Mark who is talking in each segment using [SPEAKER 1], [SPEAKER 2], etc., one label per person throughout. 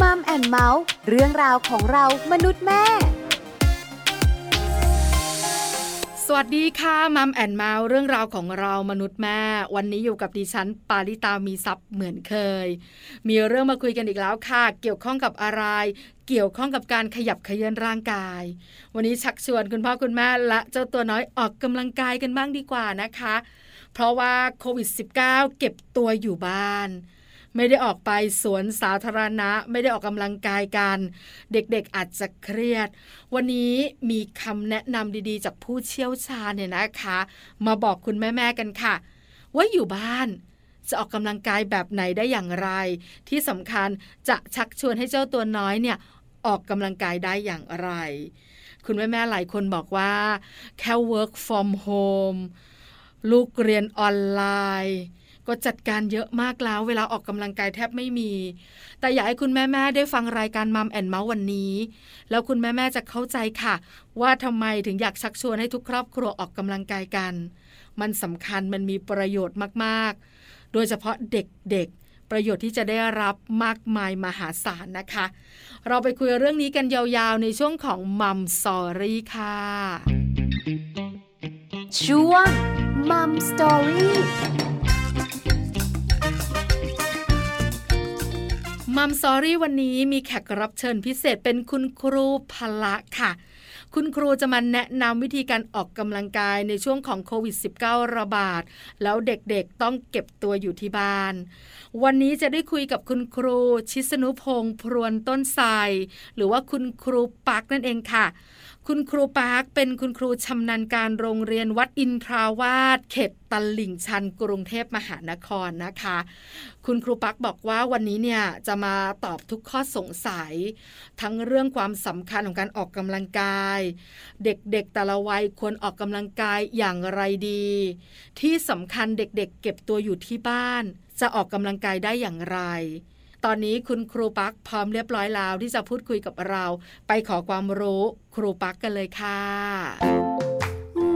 [SPEAKER 1] มัมแอนเมาส์เรื่องราวของเรามนุษย์แม่
[SPEAKER 2] สวัสดีค่ะมัมแอนเมาส์เรื่องราวของเรามนุษย์แม่ วันนี้อยู่กับดิฉัน ปาริตามีซับเหมือนเคย มีเรื่องมาคุยกันอีกแล้วค่ะ เกี่ยวข้องกับอะไร เกี่ยวข้องกับการขยับเขยื้อนร่างกาย วันนี้ชักชวนคุณพ่อคุณแม่และเจ้าตัวน้อยออกกำลังกายกันบ้างดีกว่านะคะ เพราะว่าโควิด -19 เก็บตัวอยู่บ้าน ไม่ได้ออกไปสวนสาธารณะ ไม่ได้ออกกำลังกายกัน เด็กๆอาจจะเครียด วันนี้มีคำแนะนำดีๆ จากผู้เชี่ยวชาญเนี่ยนะคะ มาบอกคุณแม่ๆกันค่ะ ว่าอยู่บ้าน จะออกกำลังกายแบบไหนได้อย่างไร ที่สำคัญจะชักชวนให้เจ้าตัวน้อยเนี่ยออกกำลังกายได้อย่างไร คุณแม่ๆหลายคนบอกว่า แค่ work from home ลูกเรียนออนไลน์ ก็จัดการเยอะมากแล้วเวลาออกกำลังกายแทบไม่มี แต่อยากให้คุณแม่ ๆ ได้ฟังรายการมัมแอนเมาส์วันนี้ แล้วคุณแม่ ๆ จะเข้าใจค่ะ ว่าทำไมถึงอยากชักชวนให้ทุกครอบครัวออกกำลังกายกัน มันสำคัญมันมีประโยชน์มาก ๆ โดยเฉพาะเด็ก ๆ ประโยชน์ที่จะได้รับมากมายมหาศาลนะคะ เราไปคุยเรื่องนี้กันยาวๆ ในช่วงของมัมสอรี่ค่ะ
[SPEAKER 1] ช่วงมัมสตอรี่
[SPEAKER 2] มัมซอรี่วันนี้มีแขกรับเชิญพิเศษเป็นคุณครูพละค่ะ คุณครูจะมาแนะนำวิธีการออกกำลังกายในช่วงของโควิด -19 ระบาด แล้วเด็กๆต้องเก็บตัวอยู่ที่บ้าน วันนี้จะได้คุยกับคุณครูชิสนุพงศ์พรวนต้นไทรหรือว่าคุณครูปักนั่นเองค่ะ คุณครูปาร์คเป็นคุณครูชำนาญการโรงเรียนวัดอินทราวาสเขตตลิ่งชันกรุงเทพมหานครนะคะ คุณครูปักบอกว่าวันนี้เนี่ยจะมาตอบทุกข้อสงสัย ทั้งเรื่องความสำคัญของการออกกำลังกาย เด็กๆแต่ละวัยควรออกกำลังกายอย่างไรดี ที่สำคัญเด็กๆ เก็บตัวอยู่ที่บ้าน จะออกกำลังกายได้อย่างไร ตอนนี้คุณครูปักพร้อมเรียบร้อยแล้วที่จะพูดคุยกับเรา ไปขอความรู้ครูปักกันเลยค่ะ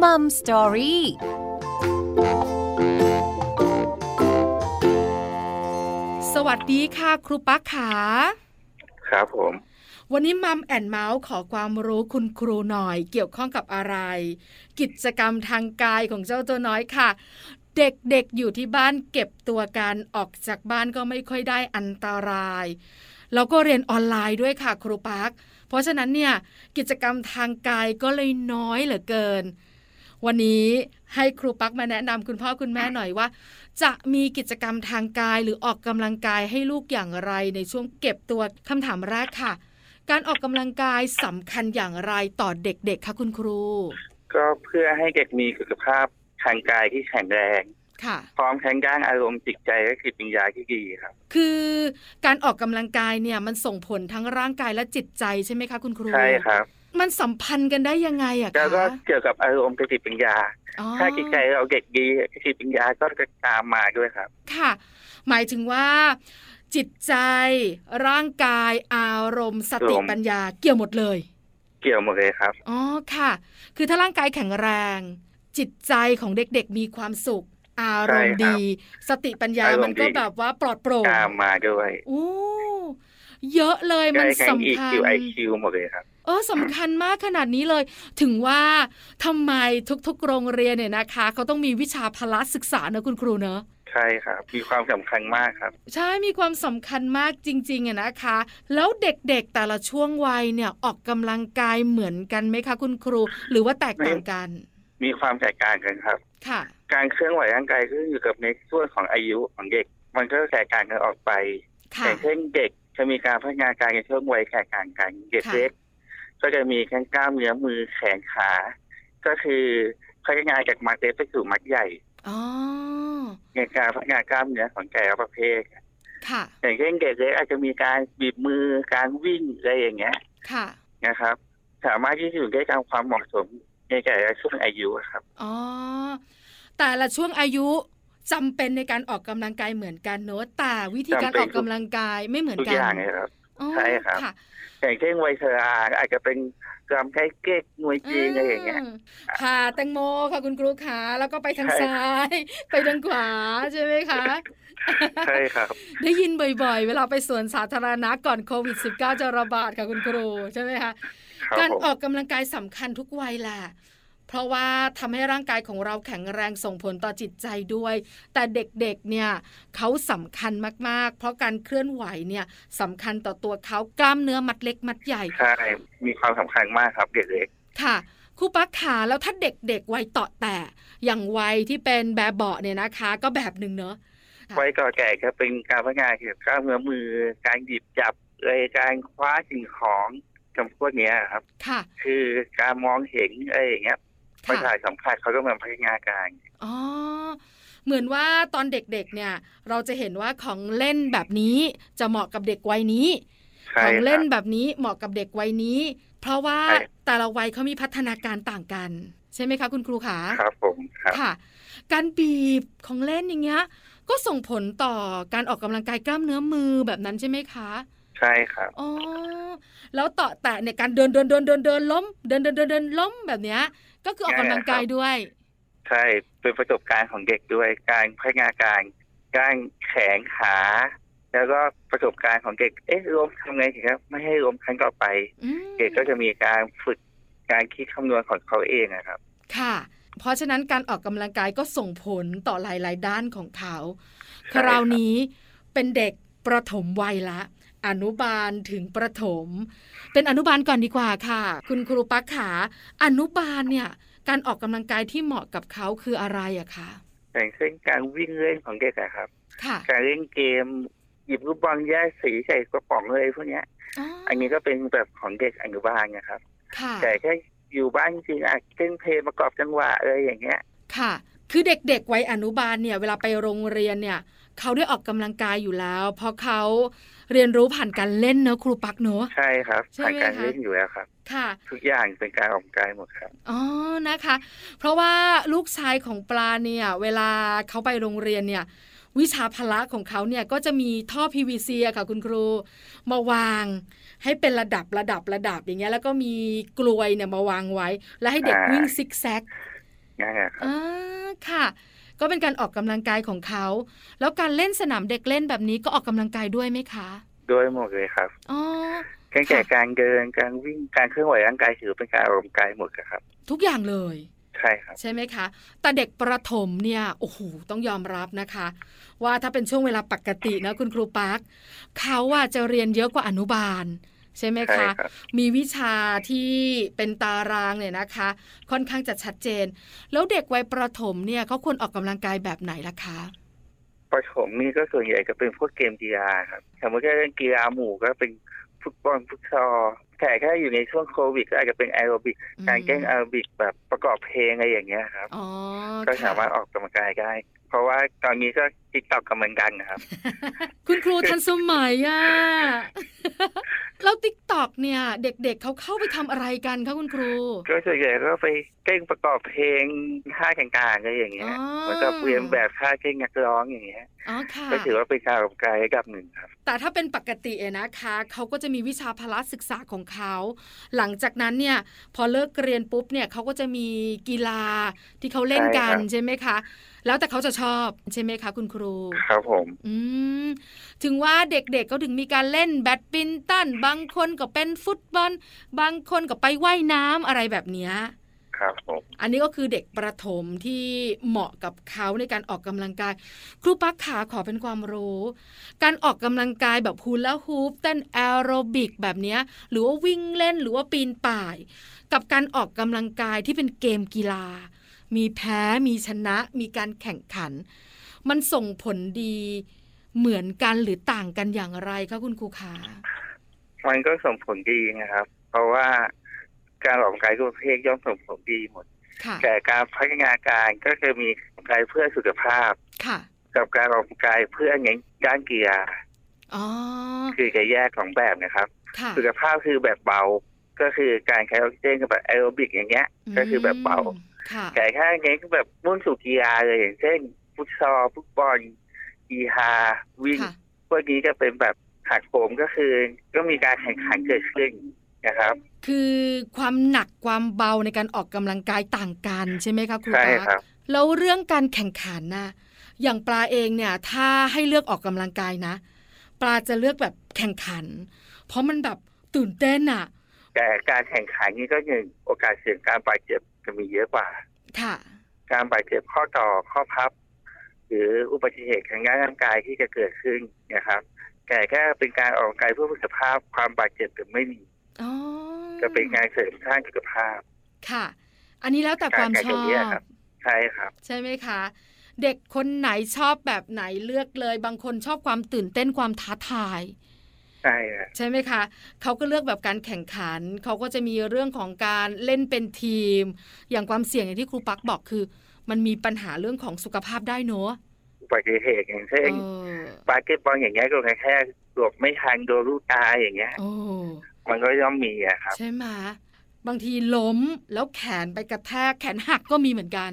[SPEAKER 1] มัมสตอรี่
[SPEAKER 2] สวัสดีค่ะ ครูปักขา
[SPEAKER 3] ครับผม
[SPEAKER 2] วันนี้มัมแอนเมาส์ขอความรู้คุณครูหน่อย เกี่ยวข้องกับอะไร กิจกรรมทางกายของเจ้าตัวน้อยค่ะ เด็กๆอยู่ที่บ้านเก็บตัวกันออกจากบ้านก็ไม่ค่อยได้อันตราย แล้วก็เรียนออนไลน์ด้วยค่ะครูปักเพราะฉะนั้นเนี่ยกิจกรรมทางกายก็เลยน้อยเหลือเกิน วันนี้ให้ครูปักมาแนะนำคุณพ่อคุณแม่หน่อยว่า จะมีกิจกรรมทางกายหรือออกกำลังกายให้ลูกอย่างไรในช่วงเก็บตัวคำถามแรกค่ะ การออกกำลังกายสำคัญอย่างไรต่อเด็กๆ คะคุณครู
[SPEAKER 3] ก็เพื่อให้เด็กมีสุขภาพทางกายที่แข็งแรง
[SPEAKER 2] ค่ะ
[SPEAKER 3] พร้อมทั้งด้านอารมณ์จิตใจและจิตวิญญาณที่ดีครับ
[SPEAKER 2] คือการออกกำลังกายเนี่ยมันส่งผลทั้งร่างกายและจิตใจใช่ไหมคะคุณครู
[SPEAKER 3] ใช่ครับ
[SPEAKER 2] มันสัมพันธ์กันได้ยังไงอะคะ
[SPEAKER 3] แล้วก็เกี่ยวกับอารมณ์กับจิตวิญญาณ
[SPEAKER 2] อ๋อ
[SPEAKER 3] ถ้าจิตใจเราเด็กดีจิตวิญญาณก็จะตามมาด้วยครับ
[SPEAKER 2] ค่ะ หมายถึงว่า จิตใจ ร่างกาย อารมณ์ สติ
[SPEAKER 3] อารมณ์
[SPEAKER 2] ปัญญาเกี่ยวหมดเลย
[SPEAKER 3] เกี่ยวหมดเลยครับ
[SPEAKER 2] อ๋อค่ะ คือถ้าร่างกายแข็งแรง จิตใจของเด็กๆ มีความสุข อารมณ์
[SPEAKER 3] ใช่ครับ
[SPEAKER 2] ดี สติปัญญา
[SPEAKER 3] อารมณ์
[SPEAKER 2] มันก็
[SPEAKER 3] ดี
[SPEAKER 2] แบบว่าปลอดโปร่ง
[SPEAKER 3] ตามมาด้วย
[SPEAKER 2] โอ้เยอะเลยมัน
[SPEAKER 3] ได้ทั้ง
[SPEAKER 2] สำ
[SPEAKER 3] EQ
[SPEAKER 2] คัญ
[SPEAKER 3] IQ หมดเลยครับ
[SPEAKER 2] เออสำคัญมากขนาดนี้เลย ถึงว่าทำไมทุกๆ โรงเรียนเนี่ยนะคะเขาต้องมีวิชาพละศึกษานะคุณครูเนอะ
[SPEAKER 3] ใช่ครับ มีความสำคัญมากครับ
[SPEAKER 2] ใช่มีความสำคัญมากจริงๆอะนะคะ แล้วเด็กๆแต่ละช่วงวัยเนี่ยออกกำลังกายเหมือนกันไหมคะคุณครู หรือว่าแตกต่างกัน
[SPEAKER 3] มีความแตกต่างกันครับ
[SPEAKER 2] ค่ะ
[SPEAKER 3] การเคลื่อนไหวร่างกายขึ้นอยู่กับในส่วนของอายุของเด็ก มันก็แตกต่างกันออกไป
[SPEAKER 2] ค่ะ
[SPEAKER 3] อย่างเช่นเด็กจะมีการพัฒนาการในช่วงวัยแตกต่างกันเด็ก
[SPEAKER 2] ค่ะ
[SPEAKER 3] เล็กก็จะมีทั้งกล้ามเนื้อมือแขนขา ก็คือพัฒนาจากมัดเล็กไปสู่มัดใหญ่
[SPEAKER 2] อ๋อ
[SPEAKER 3] ในการพัฒนากล้ามเนื้อของแต่ละประเภท
[SPEAKER 2] ค่ะ
[SPEAKER 3] อย่างเช่นเด็กเล็กอาจจะมีการบีบมือการวิ่งอะไรอย่างเงี้ย
[SPEAKER 2] ค่ะ
[SPEAKER 3] นะครับ สามารถที่จะอยู่ได้ตามความเหมาะสมในแต่ละช่วงอายุอะครับ
[SPEAKER 2] อ๋อแต่ละช่วงอายุจำเป็นในการออกกำลังกายเหมือนกันเนอะแต่วิธีการ
[SPEAKER 3] จำเป็
[SPEAKER 2] อ
[SPEAKER 3] น
[SPEAKER 2] อกกำลังกายไม่เหมือน
[SPEAKER 3] ทุก
[SPEAKER 2] กั
[SPEAKER 3] อน ย่างเลยครับ
[SPEAKER 2] อ๋อ
[SPEAKER 3] ใช่ครับ
[SPEAKER 2] ค่ะ
[SPEAKER 3] อย่างเช่นวัยชราอาจจะเป็นกรามไข้เก๊กมวยจีนอะไรอย่างเงี้ย
[SPEAKER 2] มค่ะแตงโมค่ะคุณครูขาแล้วก็ไปทาง
[SPEAKER 3] ใช่
[SPEAKER 2] ซ้าย ไปทางขวาใช่ไหมคะ
[SPEAKER 3] ใช่ครับ
[SPEAKER 2] ได้ยินบ่อยๆ เวลาไปสวนสาธารณะก่อนโควิด -19 จะระบาดค่ะคุณครูใช่ไหมคะ
[SPEAKER 3] ครับ
[SPEAKER 2] การ
[SPEAKER 3] ผม
[SPEAKER 2] ออกกำลังกายสำคัญทุกวัยแหละ เพราะว่าทำให้ร่างกายของเราแข็งแรงส่งผลต่อจิตใจด้วย แต่เด็กๆ เนี่ยเขาสำคัญมากๆ เพราะการเคลื่อนไหวเนี่ยสำคัญต่อตัวเขากล้ามเนื้อมัดเล็กมัดใหญ่
[SPEAKER 3] ใช่มีความสำคัญมากครับ เด็กเล็ก
[SPEAKER 2] ค่ะครูปักขาแล้วถ้าเด็กๆ วัยเต่อแต่ อย่างวัยที่เป็นแบบเบาะเนี่ยนะคะ ก็แบบหนึ่งเนอะ ค่ะ
[SPEAKER 3] วัยก่อแก่ก็เป็นการพัฒนาเกี่ยวกับกล้ามเนื้อมือ การหยิบจับเอยการคว้าสิ่งของจำพวกเนี้ยครับ
[SPEAKER 2] ค่ะ
[SPEAKER 3] คือการมองเห็นอะไรอย่างเงี้ยประสา
[SPEAKER 2] ค่ะ
[SPEAKER 3] ทสัมผัสเขาก็มาพัฒนาการ
[SPEAKER 2] อ๋อเหมือนว่าตอนเด็กๆ เนี่ย เราจะเห็นว่าของเล่นแบบนี้จะเหมาะกับเด็กวัยนี้
[SPEAKER 3] ใช่
[SPEAKER 2] ของ
[SPEAKER 3] ครั
[SPEAKER 2] เล่
[SPEAKER 3] บ
[SPEAKER 2] นแบบนี้เหมาะกับเด็กวัยนี้ เพราะว่า
[SPEAKER 3] ใช่
[SPEAKER 2] แต่ละวัยเขามีพัฒนาการต่างกัน ใช่ไหมคะคุณครูขา
[SPEAKER 3] ครับผมครับ
[SPEAKER 2] ค่ะ การบีบของเล่นอย่างเงี้ย ก็ส่งผลต่อการออกกำลังกายกล้ามเนื้อมือแบบนั้นใช่ไหมคะ
[SPEAKER 3] ใช่ครับ
[SPEAKER 2] อ๋อแล้วต่อแต่ในยการเดินเดินเดินเดินเดินล้ม เดินเดินเดินเดินล้มแบบเนี้ย ก็คือออกกำลังกายด้วย
[SPEAKER 3] ใช่เป็นประสบการณ์ของเด็กด้วยการพัฒนาการการแขนขา แล้วก็ประสบการณ์ของเด็ก เอ๊ะล้มทำไงถึงครับ ไม่ให้ล้มครั้งต่อไป
[SPEAKER 2] อืม
[SPEAKER 3] เด็กก็จะมีการฝึกการคิดคำนวณของเขาเองนะครับ
[SPEAKER 2] ค่ะ เพราะฉะนั้นการออกกำลังกายก็ส่งผลต่อหลาย ๆ ด้านของเขา
[SPEAKER 3] ใช่
[SPEAKER 2] คราวนี้เป็นเด็กประถมวัยละ อนุบาลถึงประถม เป็นอนุบาลก่อนดีกว่าค่ะ คุณครูปักขา อนุบาลเนี่ย การออกกำลังกายที่เหมาะกับเขาคืออะไรอะคะ
[SPEAKER 3] อย่างเช่นการวิ่งเล่นของเด็กอะครับ
[SPEAKER 2] ค่ะ
[SPEAKER 3] การเล่นเกม หยิบลูกบอลแยกสีใส่กระป๋องเลยพวกเนี้ย
[SPEAKER 2] อ๋อ
[SPEAKER 3] อันนี้ก็เป็นแบบของเด็กอนุบาลนะครับ
[SPEAKER 2] ค่ะ
[SPEAKER 3] แต่แค่อยู่บ้านจริงๆอาจเล่นเพลงประกอบจังหวะอะไรอย่างเงี้ย
[SPEAKER 2] ค่ะ คือเด็ก ๆ วัยอนุบาลเนี่ย เวลาไปโรงเรียนเนี่ย เขาได้ออกกำลังกายอยู่แล้ว เพราะเขาเรียนรู้ผ่านการเล่นเนอะครูปักเนอะ
[SPEAKER 3] ใช่ครับ
[SPEAKER 2] ใช่ไหม
[SPEAKER 3] ผ่านการ
[SPEAKER 2] คะ
[SPEAKER 3] เล่นอยู่แล้วครับ
[SPEAKER 2] ค่ะ
[SPEAKER 3] ทุกอย่างเป็นการออกกำลังกายหมดครับ
[SPEAKER 2] อ๋อ นะคะ เพราะว่าลูกชายของปลาเนี่ย เวลาเขาไปโรงเรียนเนี่ย วิชาพละของเขาเนี่ยก็จะมีท่อ PVC อะค่ะคุณครู มาวางให้เป็นระดับระดับระดับอย่างเงี้ยแล้วก็มีกลวยเนี่ยมาวางไว้ แล้วให้เด็ก
[SPEAKER 3] อ่า
[SPEAKER 2] วิ่งซิกแซก
[SPEAKER 3] ง่ายๆครับ
[SPEAKER 2] อ่าค่ะ ก็เป็นการออกกำลังกายของเขา แล้วการเล่นสนามเด็กเล่นแบบนี้ก็ออกกำลังกายด้วยไหมคะ
[SPEAKER 3] ด้วยหมดเลยครับ
[SPEAKER 2] อ๋อ
[SPEAKER 3] ตั้งแต่
[SPEAKER 2] ค่ะ
[SPEAKER 3] การเดินการวิ่งการเคลื่อนไหวร่างกายถือเป็นการออกกำลังกายหมดครับ
[SPEAKER 2] ทุกอย่างเลย
[SPEAKER 3] ใช่ครับ
[SPEAKER 2] ใช่ไหมคะ แต่เด็กประถมเนี่ยโอ้โหต้องยอมรับนะคะ ว่าถ้าเป็นช่วงเวลาปกตินะคุณครูปาร์คเขาอะจะเรียนเยอะกว่าอนุบาล ใช่ไหม
[SPEAKER 3] ใช่
[SPEAKER 2] คะ
[SPEAKER 3] ครับ
[SPEAKER 2] มีวิชาที่เป็นตารางเนี่ยนะคะ ค่อนข้างจะชัดเจน แล้วเด็กวัยประถมเนี่ยเขาควรออกกำลังกายแบบไหนล่ะคะ
[SPEAKER 3] ประถมนี่ก็ส่วนใหญ่จะเป็นพวกเกมกีฬาครับสมมติถ้าเล่นกีฬาหมู่ก็เป็นฟุตบอลฟุตซอลแต่ถ้าอยู่ในช่วงโควิดก็อาจจะเป็นแอโรบิก
[SPEAKER 2] อืม
[SPEAKER 3] การเต้นแอโรบิกแบบประกอบเพลงอะไรอย่างเงี้ยครับ
[SPEAKER 2] อ๋อ
[SPEAKER 3] ก็
[SPEAKER 2] ค่ะ
[SPEAKER 3] สามารถออกกำลังกายได้ เพราะว่าตอนนี้ก็ติ๊กตอกกำลังกันนะครับ
[SPEAKER 2] คุณครูทันสมัยอะ แล้วติ๊กตอกเนี่ย เด็กๆเขาเข้าไปทำอะไรกันคะคุณครู
[SPEAKER 3] ก็ส่วนใหญ่ก็ไปเต้นประกอบเพลงท่าต่างๆอะไรอย่างเงี้ย
[SPEAKER 2] อ๋อ
[SPEAKER 3] เหมือนกับเรียนแบบท่าเต้นนักร้องอย่างเงี้ย
[SPEAKER 2] อ๋อค่ะ
[SPEAKER 3] ก็ถือว่าเป็นการออกกำลังกายระดับหนึ่งครับ
[SPEAKER 2] แต่ถ้าเป็นปกติอะนะคะเขาก็จะมีวิชาพละศึกษาของเขา หลังจากนั้นเนี่ยพอเลิกเรียนปุ๊บเนี่ยเขาก็จะมีกีฬาที่เขาเล่นกันใช่
[SPEAKER 3] ใช่ครับ
[SPEAKER 2] ไหมคะ แล้วแต่เขาจะชอบใช่ไหมคะคุณครู
[SPEAKER 3] ครับผม
[SPEAKER 2] อืมถึงว่าเด็กๆก็ถึงมีการเล่นแบดมินตันบางคนก็เป็นฟุตบอล บางคนก็ไปว่ายน้ำอะไรแบบเนี้ย
[SPEAKER 3] ครับผม
[SPEAKER 2] อันนี้ก็คือเด็กประถมที่เหมาะกับเขาในการออกกำลังกาย ครูปักขาขอเป็นความรู้ การออกกำลังกายแบบฮูลาฮูปเต้นแอโรบิกแบบเนี้ย หรือว่าวิ่งเล่นหรือว่าปีนป่าย กับการออกกำลังกายที่เป็นเกมกีฬา มีแพ้มีชนะ มีการแข่งขัน มันส่งผลดีเหมือนกันหรือต่างกันอย่างไรคะคุณครูขา
[SPEAKER 3] มันก็ส่งผลดีนะครับ เพราะว่าการออกกำลังกายทุกประเภทย่อมส่งผลดีหมด
[SPEAKER 2] ค่ะ
[SPEAKER 3] แต่การพัฒนาการก็คือมีออกกำลังกายเพื่อสุขภาพ
[SPEAKER 2] ค่ะ
[SPEAKER 3] กับการออกกำลังกายเพื่อเน้นด้านกีฬา
[SPEAKER 2] อ๋อ
[SPEAKER 3] คือจะแยกสองแบบนะครับ
[SPEAKER 2] ค่ะ
[SPEAKER 3] สุขภาพคือแบบเบา ก็คือการใช้ออกซิเจนกับแบบแอโรบิกอย่างเงี้ย ก็คือแบบเบา
[SPEAKER 2] มค่ะ
[SPEAKER 3] แต่ถ้าเน้นแบบมุ่งสู่กีฬาเลยอย่างเช่นฟุตซอลฟุตบอลกีฬาวิ่ง
[SPEAKER 2] ค่ะ
[SPEAKER 3] พวกนี้จะเป็นแบบหักโหมก็คือ ก็มีการแข่งขันเกิดขึ้นนะครับ
[SPEAKER 2] คือความหนักความเบาในการออกกำลังกายต่างกันใช่ไหมคะครู
[SPEAKER 3] ใช่
[SPEAKER 2] ปา
[SPEAKER 3] ครั
[SPEAKER 2] ร์ค
[SPEAKER 3] บ
[SPEAKER 2] แล้วเรื่องการแข่งขันนะ อย่างปลาเองเนี่ย ถ้าให้เลือกออกกำลังกายนะ ปลาจะเลือกแบบแข่งขัน เพราะมันแบบตื่นเต้นอะ
[SPEAKER 3] แต่การแข่งขันนี่ก็ยังโอกาสเสี่ยงการบาดเจ็บจะมีเยอะกว่า
[SPEAKER 2] ค่ะ
[SPEAKER 3] การบาดเจ็บข้อต่อข้อพับ หรืออุบัติเหตุทางด้านร่างกายที่จะเกิดขึ้นนะครับ แต่แค่เป็นการออกกำลังกายเพื่อสุขภาพความบาดเจ็บจะไม่มี
[SPEAKER 2] อ๋อ
[SPEAKER 3] จะเป็นการเสริมสร้างสุขภาพ
[SPEAKER 2] ค่ะ อันนี้แล้วแต่ความช
[SPEAKER 3] การแข่ง
[SPEAKER 2] อย่า
[SPEAKER 3] ขันอ
[SPEAKER 2] ง
[SPEAKER 3] เงี้ยครับ บ ใช่ครับ
[SPEAKER 2] ใช่ไหมคะ เด็กคนไหนชอบแบบไหนเลือกเลย บางคนชอบความตื่นเต้นความท้าทาย
[SPEAKER 3] ใช่ครับ
[SPEAKER 2] ใช่ไหมคะ เขาก็เลือกแบบการแข่งขัน เขาก็จะมีเรื่องของการเล่นเป็นทีม อย่างความเสี่ยงอย่างที่ครูปักบอกคือ มันมีปัญหาเรื่องของสุขภาพได้เนอะ
[SPEAKER 3] อุบัติเหตุอย่างเช่
[SPEAKER 2] เอน อบ
[SPEAKER 3] าสเกตบอลอย่างเงี้ยก็แค่หลบไม่ทันโดนลูกตายอย่างเงี้ย
[SPEAKER 2] โอ้
[SPEAKER 3] มันก็ย่อมมีอะครับ
[SPEAKER 2] ใช่ไหมบางทีล้มแล้วแขนไปกระแทกแขนหักก็มีเหมือนกัน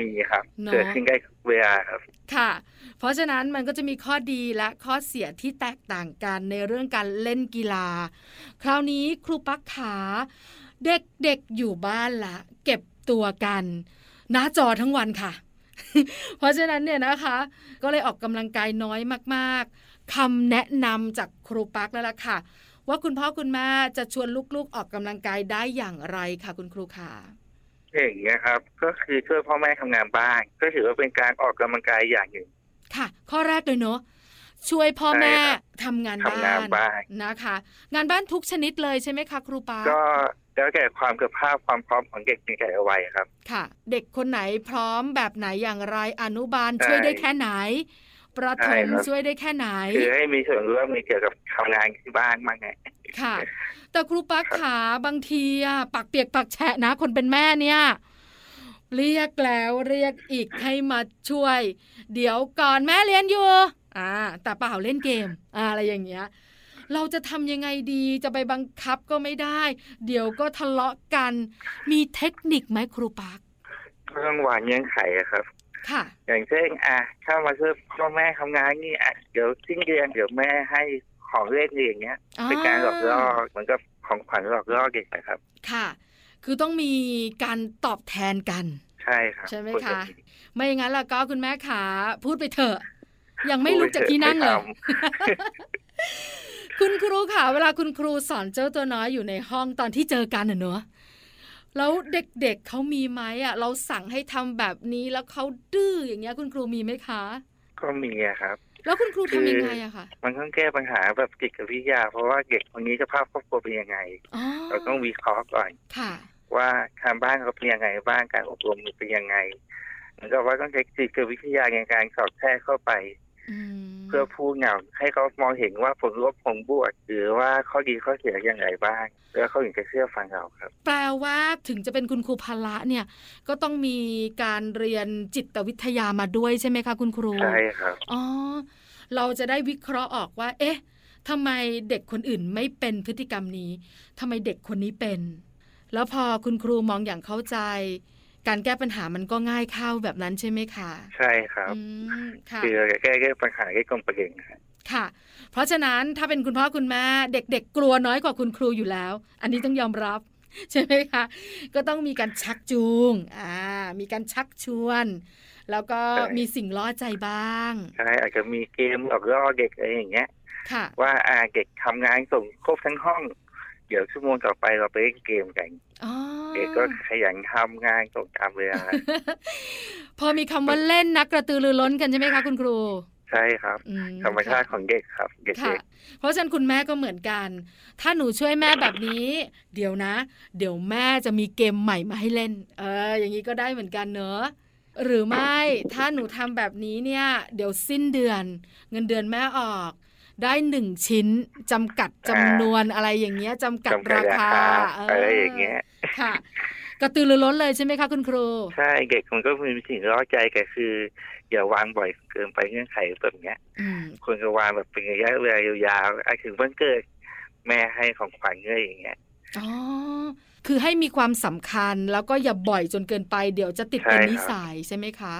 [SPEAKER 3] มีครับ
[SPEAKER 2] เนอะ
[SPEAKER 3] เกิดขึ้นได้ทุกเวลาครับ
[SPEAKER 2] ค่ะ เพราะฉะนั้นมันก็จะมีข้อดีและข้อเสียที่แตกต่างกันในเรื่องการเล่นกีฬา คราวนี้ครูปักขาเด็กๆอยู่บ้านละเก็บตัวกันหน้าจอทั้งวันค่ะ เพราะฉะนั้นเนี่ยนะคะ ก็เลยออกกำลังกายน้อยมากๆคำแนะนำจากครูปักแล้วล่ะค่ะ ว่าคุณพ่อคุณแม่จะชวนลูกๆออกกำลังกายได้อย่างไรค่ะคุณครูขา
[SPEAKER 3] อย่างเงี้ยครับ ก็คือช่วยพ่อแม่ทำงานบ้าน ก็ถือว่าเป็นการออกกำลังกายอย่างหนึ่ง
[SPEAKER 2] ค่ะ ข้อแรกเลยเนาะช่วยพ่อแม่
[SPEAKER 3] ใช่ครับ
[SPEAKER 2] ทำงานบ้า
[SPEAKER 3] ทำงาน
[SPEAKER 2] น
[SPEAKER 3] บ้าน
[SPEAKER 2] นะคะ งานบ้านทุกชนิดเลยใช่ไหมคะครูปา
[SPEAKER 3] ก็แล้วแต่ความคุณภาพความพร้อมของเด็กในแต่ละวัยครับ
[SPEAKER 2] ค่ะ เด็กคนไหนพร้อมแบบไหนอย่างไรอนุบาล
[SPEAKER 3] ใช่
[SPEAKER 2] ช่วยได้แค่ไหน ประถ
[SPEAKER 3] ใช่
[SPEAKER 2] ม
[SPEAKER 3] ครับ
[SPEAKER 2] ช่วยได้แค่ไหน
[SPEAKER 3] คือให้มีส่วนร่วมในเกี่ยวกับทำงานที่บ้านมั้างไง
[SPEAKER 2] ค่ะ แต่ครูปักขาบางทีอะปากเปียกปากแฉะนะ คนเป็นแม่เนี่ยเรียกแล้วเรียกอีกให้มาช่วย เดี๋ยวก่อนแม่เรียนอยู่อ่าแต่เปล่าเล่นเกมอาอะไรอย่างเงี้ย เราจะทำยังไงดีจะไปบังคับก็ไม่ได้ เดี๋ยวก็ทะเลาะกัน มีเทคนิคไหมครูปัก
[SPEAKER 3] ก็ต้องวางเงื่อนไขอะครับ
[SPEAKER 2] ค่ะ
[SPEAKER 3] อย่างเช่นอ่ะถ้ามาช่วยพ่อแม่ทำงานนี่อ่ะเดี๋ยวสิ้นเดือนเดี๋ยวแม่ให้ของเล่นอะไรอย่างเงี้ย เป็นการหลอกล่อเหมือนกับของขวัญหลอกล่อเด็กนะครับ
[SPEAKER 2] ค่ะ คือต้องมีการตอบแทนกัน
[SPEAKER 3] ใช่ครับ
[SPEAKER 2] ใช่ไหม
[SPEAKER 3] วรจ
[SPEAKER 2] คะ
[SPEAKER 3] มี
[SPEAKER 2] ไม่อย่างนั้นแล้วก็คุณแม่ขาพูดไปเถอะ ยังไม่ลุกจากที่นั่งเลย
[SPEAKER 3] ไม่ท
[SPEAKER 2] คุณครูค่ะ เวลาคุณครูสอนเจ้าตัวน้อยอยู่ในห้องตอนที่เจอกันน่ะเนอะแล้วเด็กๆเขามีไหมอ่ะ เราสั่งให้ทำแบบนี้แล้วเขาดื้ออย่างเงี้ย คุณครูมีไหมคะ
[SPEAKER 3] ก็มีอะครับ
[SPEAKER 2] แล้วคุณครู
[SPEAKER 3] คื
[SPEAKER 2] ทำ
[SPEAKER 3] อ
[SPEAKER 2] ยังไงอะค่ะ
[SPEAKER 3] มันต้องแก้ปัญหาแบบจิตวิทยา เพราะว่าเด็กคนนี้สภาพครอบครัวเป็นยังไง
[SPEAKER 2] อ๋อ
[SPEAKER 3] เราต้องวิเคราะห์ก่อน
[SPEAKER 2] ค่ะ
[SPEAKER 3] ว่าทางบ้านเขาเป็นยังไงบ้างการอบรมเป็นยังไงเหมือนกับว่าต้องใช้จิตวิทยาในการสอดแทรกเข้าไป
[SPEAKER 2] อืม
[SPEAKER 3] เพื่อผู้เหงาให้เขามองเห็นว่าผลลบผลบวกหรือว่าข้อดีข้อเสียอย่างไรบ้าง แล้วเขาถึงจะเชื่อฟังเราครับ
[SPEAKER 2] แปลว่าถึงจะเป็นคุณครูพละเนี่ย ก็ต้องมีการเรียนจิตวิทยามาด้วยใช่ไหมคะ คุณครู
[SPEAKER 3] ใช่ครับ
[SPEAKER 2] อ๋อ เราจะได้วิเคราะห์ออกว่า เอ๊ะทำไมเด็กคนอื่นไม่เป็นพฤติกรรมนี้ทำไมเด็กคนนี้เป็น แล้วพอคุณครูมองอย่างเข้าใจ การแก้ปัญหามันก็ง่ายเข้าแบบนั้นใช่ไหมคะ
[SPEAKER 3] ใช่ครับ
[SPEAKER 2] อืมค่ะ
[SPEAKER 3] คือเราจะแก้แก้ปัญหาให้ตรงประเด็นครับ
[SPEAKER 2] ค่ะ เพราะฉะนั้นถ้าเป็นคุณพ่อคุณแม่เด็ก ๆ กลัวน้อยกว่าคุณครูอยู่แล้ว อันนี้ต้องยอมรับ ใช่ไหมคะ ก็ต้องมีการชักจูงอ่ามีการชักชวน แล้วก็มีสิ่งล่อใจบ้าง
[SPEAKER 3] ใช่อาจจะมีเกมหลอกล่อเด็กอะไรอย่างเงี้ย
[SPEAKER 2] ค่ะ
[SPEAKER 3] ว่าอาเด็กทำงานส่งครบทั้งห้อง เดี๋ยวชั่วโมงต่อไปเราไปเล่นเกมกัน
[SPEAKER 2] อ๋อ
[SPEAKER 3] เด็กก็ขยันทำงานส่งตามเวล า
[SPEAKER 2] พอมีคำว่าเล่นนะกระตือรือร้นกันใช่ไหมคะคุณครู
[SPEAKER 3] ใช่ครับ
[SPEAKER 2] อื
[SPEAKER 3] ธรรมชาติของเด็กครับ เด็
[SPEAKER 2] ค่ะ
[SPEAKER 3] ก
[SPEAKER 2] เพราะฉะนั้นคุณแม่ก็เหมือนกัน ถ้าหนูช่วยแม่แบบนี้ เดี๋ยวนะ เดี๋ยวแม่จะมีเกมใหม่มาให้เล่น เออ อย่างนี้ก็ได้เหมือนกันเนอะหรือไม่ถ้าหนูทำแบบนี้เนี่ย เดี๋ยวสิ้นเดือน เงินเดือนแม่ออก ได้หนึ่งชิ้นจำกัดจำนวนอะไรอย่างเงี้ยจำ
[SPEAKER 3] ๆ
[SPEAKER 2] กัด
[SPEAKER 3] จำกั
[SPEAKER 2] รา
[SPEAKER 3] ดรา
[SPEAKER 2] คา
[SPEAKER 3] คาอะไรอย่างเงี้ย
[SPEAKER 2] ค่ะ กระตือรือร้นเลยใช่ไหมคะคุณครู
[SPEAKER 3] ใช่เด็กมันก็มีสิ่งร้อใจก็คือ อย่าวางบ่อยเกินไปเงื่อนไขแบบเนี้ย
[SPEAKER 2] อืม
[SPEAKER 3] ควรจะวางแบบเป็นระยะเวลายาวๆอาจถึงวันเกิด แม่ให้ของขวัญเงยอย่างเงี้ย
[SPEAKER 2] อ๋อ คือให้มีความสำคัญแล้วก็อย่าบ่อยจนเกินไป เดี๋ยวจะติดเป็น
[SPEAKER 3] ใช่ครับ
[SPEAKER 2] นิสัยใช่ไหมคะ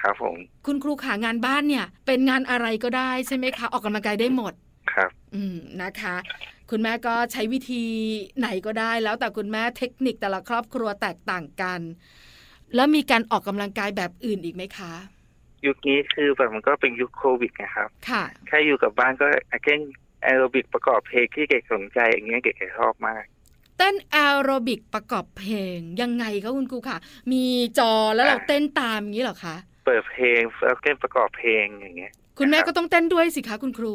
[SPEAKER 3] ครับผม
[SPEAKER 2] คุณครูขางานบ้านเนี่ย เป็นงานอะไรก็ได้ใช่ไหมคะ ออกกำลังกายได้หมด
[SPEAKER 3] ครับ
[SPEAKER 2] อืมนะคะ คุณแม่ก็ใช้วิธีไหนก็ได้ แล้วแต่คุณแม่เทคนิคแต่ละครอบครัวแตกต่างกัน แล้วมีการออกกำลังกายแบบอื่นอีกไหมคะ
[SPEAKER 3] ยุคนี้คือแบบมันก็เป็นยุคโควิดนะครับ
[SPEAKER 2] ค่ะ
[SPEAKER 3] แค่อยู่กับบ้านก็อย่างเช่นแอโรบิกประกอบเพลงที่เก๋สนใจอย่างเงี้ยเก๋ชอบมาก
[SPEAKER 2] เต้นแอโรบิกประกอบเพลง ยังไงคะคุณครูค่ะ มีจอแล้วเรา
[SPEAKER 3] อ่า
[SPEAKER 2] เต้นตามอย่างนี้เหรอคะ
[SPEAKER 3] เปิดเพลงแล้วเต้นประกอบเพลงอย่างเงี้ย
[SPEAKER 2] คุณแม่
[SPEAKER 3] ครับ
[SPEAKER 2] ก็ต้องเต้นด้วยสิคะคุณครู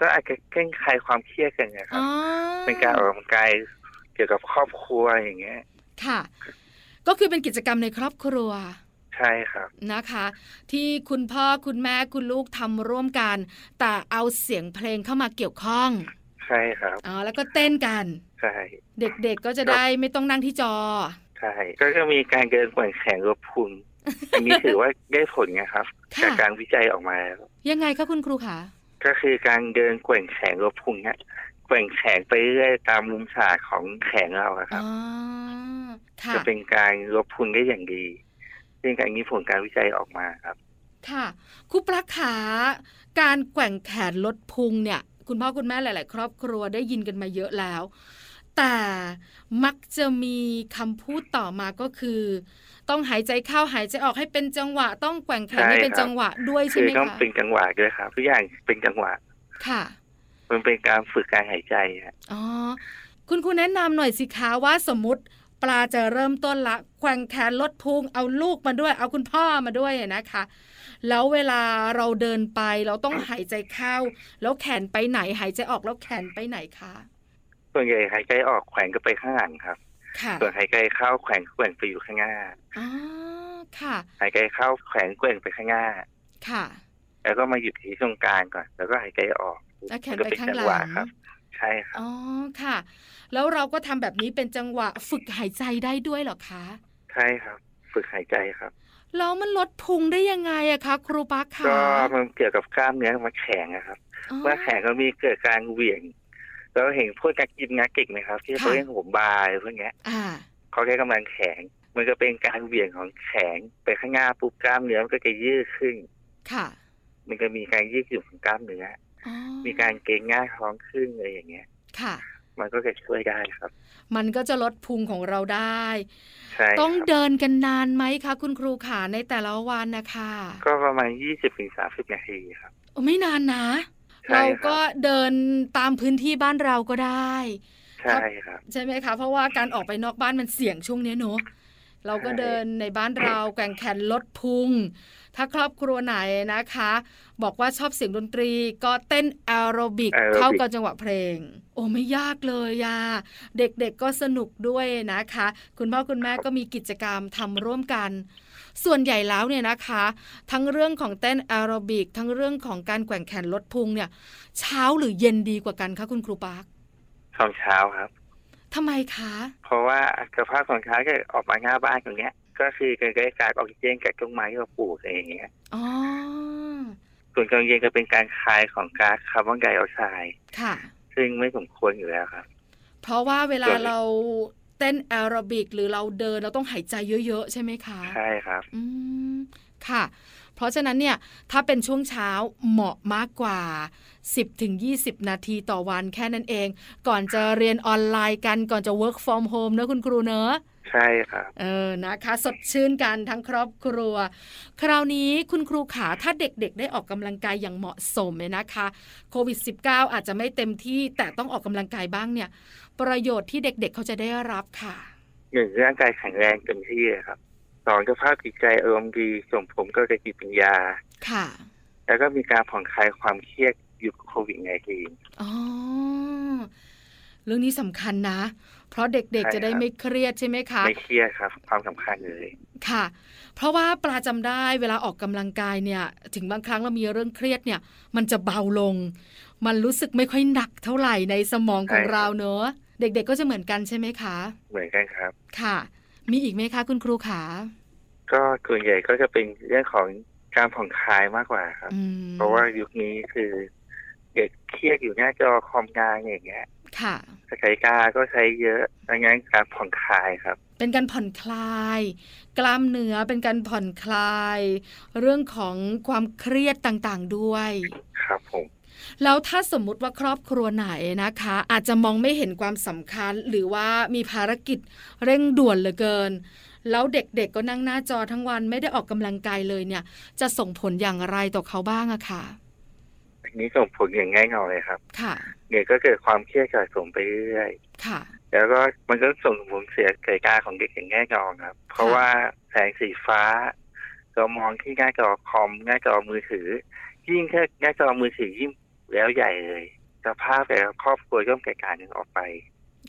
[SPEAKER 3] ก็อาจจะเก่งคลายความเครียดกันนะครับ
[SPEAKER 2] อ๋อ
[SPEAKER 3] เป็นการออกกำลังกายเกี่ยวกับครอบครัวอย่างเงี้ย
[SPEAKER 2] ค่ะ ก็คือเป็นกิจกรรมในครอบครัว
[SPEAKER 3] ใช่ครับ
[SPEAKER 2] นะคะ ที่คุณพ่อคุณแม่คุณลูกทำร่วมกัน แต่เอาเสียงเพลงเข้ามาเกี่ยวข้อง
[SPEAKER 3] ใช่ครับ
[SPEAKER 2] อ๋อแล้วก็เต้นกัน
[SPEAKER 3] ใช่
[SPEAKER 2] เด็กๆก็จะได้ไม่ต้องนั่งที่จอ
[SPEAKER 3] ใช่ก็ก็มีการเดินแขวนแขนรบพุงอันนี้ถือว่าได้ผลนะครับ
[SPEAKER 2] ค่ะ
[SPEAKER 3] จากการวิจัยออกมาแล้ว
[SPEAKER 2] ยังไงคะคุณครูคะ
[SPEAKER 3] ก็คือการเดินแกว่งแขนรบพุงเนี่ยแกว่งแขนไปเรื่อยตามมุมฉากของแขนเราอะครั
[SPEAKER 2] อ๋
[SPEAKER 3] บ
[SPEAKER 2] อค่ะ
[SPEAKER 3] จะเป็นการลดทุนได้อย่างดีซึ่งอันนี้ผลการวิจัยออกมาครับ
[SPEAKER 2] ค่ะครูปลักขาการแกว่งแขนลดพุงเนี่ย คุณพ่อคุณแม่หลาย ๆ ครอบครัวได้ยินกันมาเยอะแล้ว แต่มักจะมีคำพูดต่อมาก็คือ ต้องหายใจเข้าหายใจออกให้เป็นจังหวะ ต้องแกว่งแขนให้เป็น
[SPEAKER 3] ใช่ครับ
[SPEAKER 2] จังหวะด้วยใช่
[SPEAKER 3] คือ
[SPEAKER 2] ไหม
[SPEAKER 3] ต้อง
[SPEAKER 2] คะ
[SPEAKER 3] เป็นจังหวะด้วยครับทุกอย่างเป็นจังหวะ
[SPEAKER 2] ค่ะ
[SPEAKER 3] มันเป็นการฝึกการหายใจฮะ
[SPEAKER 2] อ๋อ คุณครูแนะนำหน่อยสิคะว่าสมมติ ปลาจะเริ่มต้นละแกว่งแขนลดพุงเอาลูกมาด้วย เอาคุณพ่อมาด้วยนะคะ แล้วเวลาเราเดินไปเราต้องหายใจเข้า แล้วแขนไปไหนหายใจออกแล้วแขนไปไหนคะ
[SPEAKER 3] ส่วนใหญ่หายใจออกแขวนก็ไปข้างหลังครับ
[SPEAKER 2] ค่ะ
[SPEAKER 3] ส่วนหายใจเข้าแขวนแขวนไปอยู่ข้างหน้า
[SPEAKER 2] อ๋อค่ะ
[SPEAKER 3] หายใจเข้าแขวนแขวนไปข้างหน้า
[SPEAKER 2] ค่ะ
[SPEAKER 3] แล้วก็มาหยุดที่ตรงกลางก่อน แล้วก็หายใจออก
[SPEAKER 2] แล้วแขน
[SPEAKER 3] ก็
[SPEAKER 2] ไป
[SPEAKER 3] เป็น
[SPEAKER 2] ข้าง
[SPEAKER 3] จัง
[SPEAKER 2] หลั
[SPEAKER 3] หวะ
[SPEAKER 2] ง
[SPEAKER 3] ครับ ใช่ครับ
[SPEAKER 2] อ๋อค่ะ แล้วเราก็ทำแบบนี้เป็นจังหวะฝึกหายใจได้ด้วยเหรอคะ
[SPEAKER 3] ใช่ครับ ฝึกหายใจครับ
[SPEAKER 2] แล้วมันลดพุงได้ยังไงอะคะครูปักคะ
[SPEAKER 3] ก็มันเกี่ยวกับกล้ามเนื้อมาแข็งนะครับ
[SPEAKER 2] อ๋อ
[SPEAKER 3] ว่าแขนก็มีเกิดการเหวี่ยง แล้วเห็นพวกนักยิมนักเก่งไหมครับ ที่
[SPEAKER 2] ค่ะ
[SPEAKER 3] เขาเล่นหัวบายพวกเนี้ย
[SPEAKER 2] อ่า
[SPEAKER 3] เขาใช้กำลังแขนมันก็เป็นการเหวี่ยงของแขนไปข้างหน้าปุ๊บกล้ามเนื้อมันก็จะยืดขึ้น
[SPEAKER 2] ค่ะ
[SPEAKER 3] มันก็มีการยืดหยุ่นของกล้ามเนื้อ
[SPEAKER 2] อ๋อ
[SPEAKER 3] มีการเกร็งง่ายท้องขึ้นอะไรอย่างเงี้ย
[SPEAKER 2] ค่ะ
[SPEAKER 3] มันก็จะช่วยได้ครับ
[SPEAKER 2] มันก็จะลดพุงของเราได้
[SPEAKER 3] ใช่
[SPEAKER 2] ต้อง
[SPEAKER 3] ครับ
[SPEAKER 2] เดินกันนานไหมคะ คุณครูขาในแต่ละวันนะคะ
[SPEAKER 3] ก็ประมาณยี่สิบถึงสามสิบนาทีครับ
[SPEAKER 2] โอ้ไม่นานนะ
[SPEAKER 3] ใช่ครับ
[SPEAKER 2] เราก็เดินตามพื้นที่บ้านเราก็ได้
[SPEAKER 3] ใช่ครับ
[SPEAKER 2] ใช่ไหมคะ เพราะว่าการออกไปนอกบ้านมันเสี่ยงช่วงเนี้ยเนอะเราก็
[SPEAKER 3] ใช่
[SPEAKER 2] เดินในบ้านเราแกว่งแขนลดพุง ถ้าครอบครัวไหนนะคะ บอกว่าชอบเสียงดนตรีก็เต้นแอโรบิกเข้ากับจังหวะเพลง โอ้ไม่ยากเลยอะเด็กๆก็สนุกด้วยนะคะ คุณพ่อคุณแม่ก็มีกิจกรรมทำร่วมกัน ส่วนใหญ่แล้วเนี่ยนะคะ ทั้งเรื่องของเต้นแอโรบิกทั้งเรื่องของการแกว่งแขนลดพุงเนี่ย เช้าหรือเย็นดีกว่ากันคะคุณครูปาร์ค
[SPEAKER 3] ตอนเช้าครับ
[SPEAKER 2] ทำไมคะ
[SPEAKER 3] เพราะว่าสภาพของเช้าก็ออกมาหน้าบ้านตรงเนี้ย ก็คือการได้การออกซิเจนจากต้นไม้ที่เราปลูกอะไรอย่างเงี้ย
[SPEAKER 2] อ๋อ
[SPEAKER 3] ส่วนกลางเย็นก็เป็นการคายของก๊าซคาร์บอนไดออกไซด์
[SPEAKER 2] ค่ะ
[SPEAKER 3] ซึ่งไม่สมควรอยู่แล้วครับ
[SPEAKER 2] เพราะว่าเวลา
[SPEAKER 3] ส่วน
[SPEAKER 2] เราเต้นแอโรบิกหรือเราเดินเราต้องหายใจเยอะๆ ใช่ไหมคะ
[SPEAKER 3] ใช่ครับ
[SPEAKER 2] อืม ค่ะ เพราะฉะนั้นเนี่ย ถ้าเป็นช่วงเช้าเหมาะมากกว่า 10-20 นาทีต่อวันแค่นั้นเอง ก่อนจะเรียนออนไลน์กันก่อนจะ work from home เนอะคุณครูเนอะ
[SPEAKER 3] ใช่ครับ
[SPEAKER 2] เออ นะคะ สดชื่นกันทั้งครอบครัว คราวนี้คุณครูขาถ้าเด็กๆ ได้ออกกำลังกายอย่างเหมาะสมเนี่ยนะคะโควิด -19 อาจจะไม่เต็มที่แต่ต้องออกกำลังกายบ้างเนี่ย ประโยชน์ที่เด็กๆ เขาจะได้รับค่ะ
[SPEAKER 3] หนึ่งร่างกายแข็งแรงเต็มที่เลยครับสองสภาพจิตใจอารมณ์ดีส่งผมก็จะกินปัญญา
[SPEAKER 2] ค่ะ
[SPEAKER 3] แล้วก็มีการผ่อนคลายความเครียดหยุดโควิดไงที
[SPEAKER 2] อ๋อ เรื่องนี้สำคัญนะ เพราะเด็ก
[SPEAKER 3] ใช่
[SPEAKER 2] ๆ จะได้
[SPEAKER 3] ครับ
[SPEAKER 2] ไม่เครียดใช่ไหมคะ
[SPEAKER 3] ไม่เครียดครับ ความสำคัญเลย
[SPEAKER 2] ค่ะ เพราะว่าปลาจำได้เวลาออกกำลังกายเนี่ย ถึงบางครั้งเรามีเรื่องเครียดเนี่ย มันจะเบาลง มันรู้สึกไม่ค่อยหนักเท่าไหร่ในสมองของ
[SPEAKER 3] ใช่ครับ
[SPEAKER 2] เราเนอะเด็กๆก็จะเหมือนกันใช่ไหมคะ
[SPEAKER 3] เหมือนกันครับ
[SPEAKER 2] ค่ะ มีอีกไหมคะคุณครูขา
[SPEAKER 3] ก็ส่วนใหญ่ก็จะเป็นเรื่องของการผ่อนคลายมากกว่าครับ
[SPEAKER 2] อืม
[SPEAKER 3] เพราะว่ายุคนี้คือเด็กเครียดอยู่หน้าจอคอมงานอย่างเงี้ย
[SPEAKER 2] ค่ะ
[SPEAKER 3] ใช้การก็ใช้เยอะดังนั้นการผ่อนคลายครับ
[SPEAKER 2] เป็นการผ่อนคลาย กล้ามเนื้อเป็นการผ่อนคลาย เรื่องของความเครียดต่างๆด้วย
[SPEAKER 3] ครับผม
[SPEAKER 2] แล้วถ้าสมมุติว่าครอบครัวไหนนะคะ อาจจะมองไม่เห็นความสำคัญ หรือว่ามีภารกิจเร่งด่วนเหลือเกิน แล้วเด็กๆก็นั่งหน้าจอทั้งวันไม่ได้ออกกำลังกายเลยเนี่ย จะส่งผลอย่างไรต่อเขาบ้างอะค่ะ
[SPEAKER 3] อันนี้ส่งผลอย่างง่ายเงาเลยครับ
[SPEAKER 2] ค่ะ
[SPEAKER 3] เนี่ยก็เกิดความเครียดสะสมไปเรื่อย
[SPEAKER 2] ค่ะ
[SPEAKER 3] แล้วก็มันก็ส่งผลเสียเกิดการของเด็กอย่างแน่นอนครับ เพราะว่าแสงสีฟ้า ก็มองที่หน้าจอคอมหน้าจอมือถือ ยิ่งถ้าหน้าจอมือถือยิ่งแล้วใหญ่เลยสภาพแต่ละครอบครัวย่อมแตกต่างกันออกไป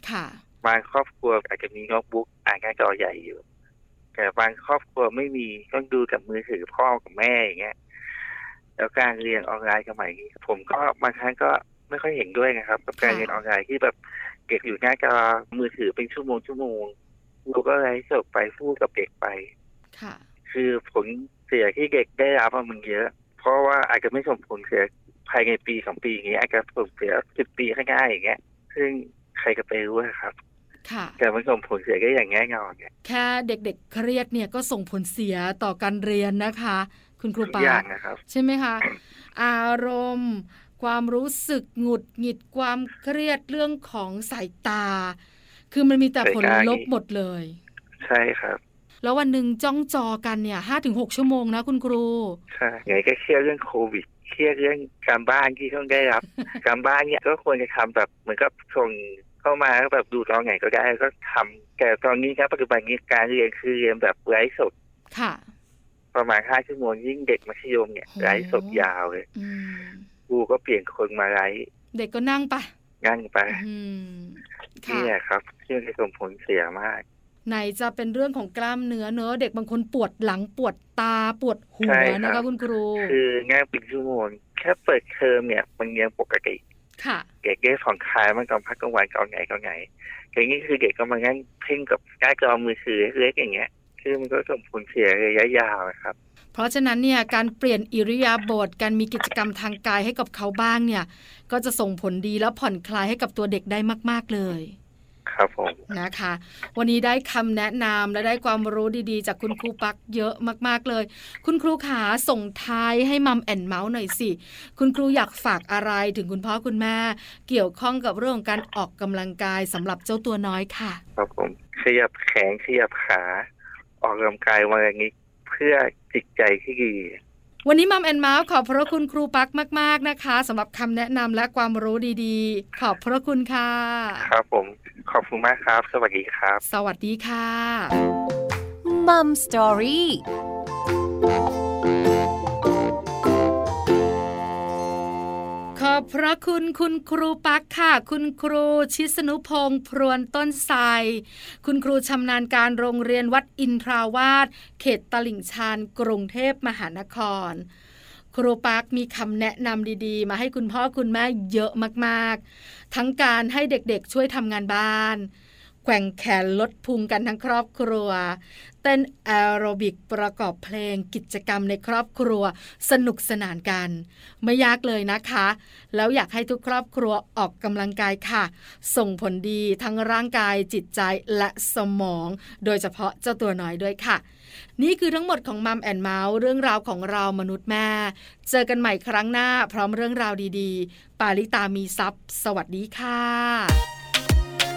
[SPEAKER 2] ค่ะ
[SPEAKER 3] บางครอบครัวอาจจะมีโน้ตบุ๊กอ่านหน้าจอใหญ่อยู่ แต่บางครอบครัวไม่มีต้องดูกับมือถือพ่อกับแม่อย่างเงี้ยแล้วการเรียนออนไลน์สมัยนี้ผมก็บางครั้งก็ไม่ค่อยเห็นด้วยนะครับ กับการ
[SPEAKER 2] ค่ะ
[SPEAKER 3] เรียนออนไลน์ที่แบบเด็กอยู่หน้าจอมือถือเป็นชั่วโมงชั่วโมงลูกก็ไลฟ์สดไปพูดกับเด็กไป
[SPEAKER 2] ค่ะ
[SPEAKER 3] คือผลเสียที่เด็กได้รับอะมันเยอะ เพราะว่าอาจจะไม่ส่งผลเสียภายในปีสองปีอย่างเงี้ยอาจจะส่งเสียสิบปีข้างหน้าอย่างเงี้ย ซึ่งใครจะไปรู้อะครับ
[SPEAKER 2] ค่ะ
[SPEAKER 3] แต่มันส่งผลเสียก็อย่างแง่งอนเนี่ย
[SPEAKER 2] แค่เด็กๆเครียดเนี่ยก็ส่งผลเสียต่อการเรียนนะคะ คุณครู
[SPEAKER 3] ทุก
[SPEAKER 2] ปา
[SPEAKER 3] อย่างนะครับ
[SPEAKER 2] ใช่ไหมคะ อารมณ์ ความรู้สึกหงุดหงิดความเครียดเรื่องของสายตา คือมันมีแต่ผล
[SPEAKER 3] สายตา
[SPEAKER 2] ลบหมดเลย
[SPEAKER 3] ใช่ครับ
[SPEAKER 2] แล้ววันหนึ่งจ้องจอกันเนี่ยห้าถึงหกชั่วโมงนะคุณครู
[SPEAKER 3] ใช่ไงก็เครียดเรื่องโควิดเครียดเรื่องการบ้านที่ต้องได้รับ การบ้านเนี่ยก็ควรจะทำแบบเหมือนกับส่งเข้ามาแล้วแบบดูตอนไหนก็ได้ก็ทำแต่ตอนนี้ครับปัจจุบันนี้การเรียนคือเรียนแบบไร้สด
[SPEAKER 2] ค่ะ
[SPEAKER 3] ประมาณห้าชั่วโมงยิ่งเด็กมัธยมเนี่ย
[SPEAKER 2] โอ้
[SPEAKER 3] ไร้สดยาวเลย
[SPEAKER 2] อืม
[SPEAKER 3] ครูก็เปลี่ยนคนมาไร้
[SPEAKER 2] เด็กก็นั่งไป
[SPEAKER 3] งานไป
[SPEAKER 2] อืมค่ะ
[SPEAKER 3] เนี่ยครับซึ่งจะส่งผลเสียมาก
[SPEAKER 2] ไหนจะเป็นเรื่องของกล้ามเนื้อเนอะเด็กบางคนปวดหลังปวดตาปวดหั
[SPEAKER 3] ใช่
[SPEAKER 2] ว
[SPEAKER 3] ครับ
[SPEAKER 2] นะคะคุณครู
[SPEAKER 3] คือง่ายเป็นชั่วโมงแค่เปิดเทอมเนี่ยมันยังปกติ
[SPEAKER 2] ค่ะ
[SPEAKER 3] เด็กได้ผ่อนคลายมันกองพักกลางวันกองไหนกองไหนอย่างนี้คือเด็กก็มางั้นเพ่งกับหน้าจอมือถือเล็กๆอย่างเงี้ย คือมันก็ส่งผลเสียระยะยาวนะครับ
[SPEAKER 2] เพราะฉะนั้นเนี่ยการเปลี่ยนอิริยาบถการมีกิจกรรมทางกายให้กับเขาบ้างเนี่ย ก็จะส่งผลดีและผ่อนคลายให้กับตัวเด็กได้มาก ๆ เลย
[SPEAKER 3] ครับผม
[SPEAKER 2] นะคะ วันนี้ได้คำแนะนำและได้ความรู้ดีๆ จากคุณครูปักเยอะมาก ๆ เลย คุณครูขาส่งท้ายให้มัมแอนเมาส์หน่อยสิ คุณครูอยากฝากอะไรถึงคุณพ่อคุณแม่ เกี่ยวข้องกับเรื่องของการออกกำลังกายสำหรับเจ้าตัวน้อยค่ะ
[SPEAKER 3] ครับผมขยับแขนขยับขาออกกำลังกายวันละนี้เพื่อจิตใจที่ดี
[SPEAKER 2] วันนี้มัมแอนเมาส์ขอบพระคุณครูปักมาก ๆ นะคะสำหรับคำแนะนำและความรู้ดีๆ ขอบพระคุณค่ะ
[SPEAKER 3] ครับผม ขอบคุณมากครับ สวัสดีครับ
[SPEAKER 2] สวัสดีค่ะ
[SPEAKER 1] มัมสตอรี่
[SPEAKER 2] ขอบพระคุณคุณครูปักค่ะ คุณครูชิสนุพงศ์พรวนต้นไทรคุณครูชำนาญการโรงเรียนวัดอินทราวาสเขตตลิ่งชันกรุงเทพมหานคร ครูปักมีคำแนะนำดีๆ มาให้คุณพ่อคุณแม่เยอะมากๆ ทั้งการให้เด็กๆช่วยทำงานบ้าน แกว่งแขนลดพุงกันทั้งครอบครัว เต้นแอโรบิกประกอบเพลงกิจกรรมในครอบครัวสนุกสนานกัน ไม่ยากเลยนะคะ แล้วอยากให้ทุกครอบครัวออกกำลังกายค่ะ ส่งผลดีทั้งร่างกายจิตใจและสมอง โดยเฉพาะเจ้าตัวน้อยด้วยค่ะ นี่คือทั้งหมดของมัมแอนเมาส์เรื่องราวของเรามนุษย์แม่ เจอกันใหม่ครั้งหน้าพร้อมเรื่องราวดีๆ ปาริตามีซัพ์สวัสดีค่ะ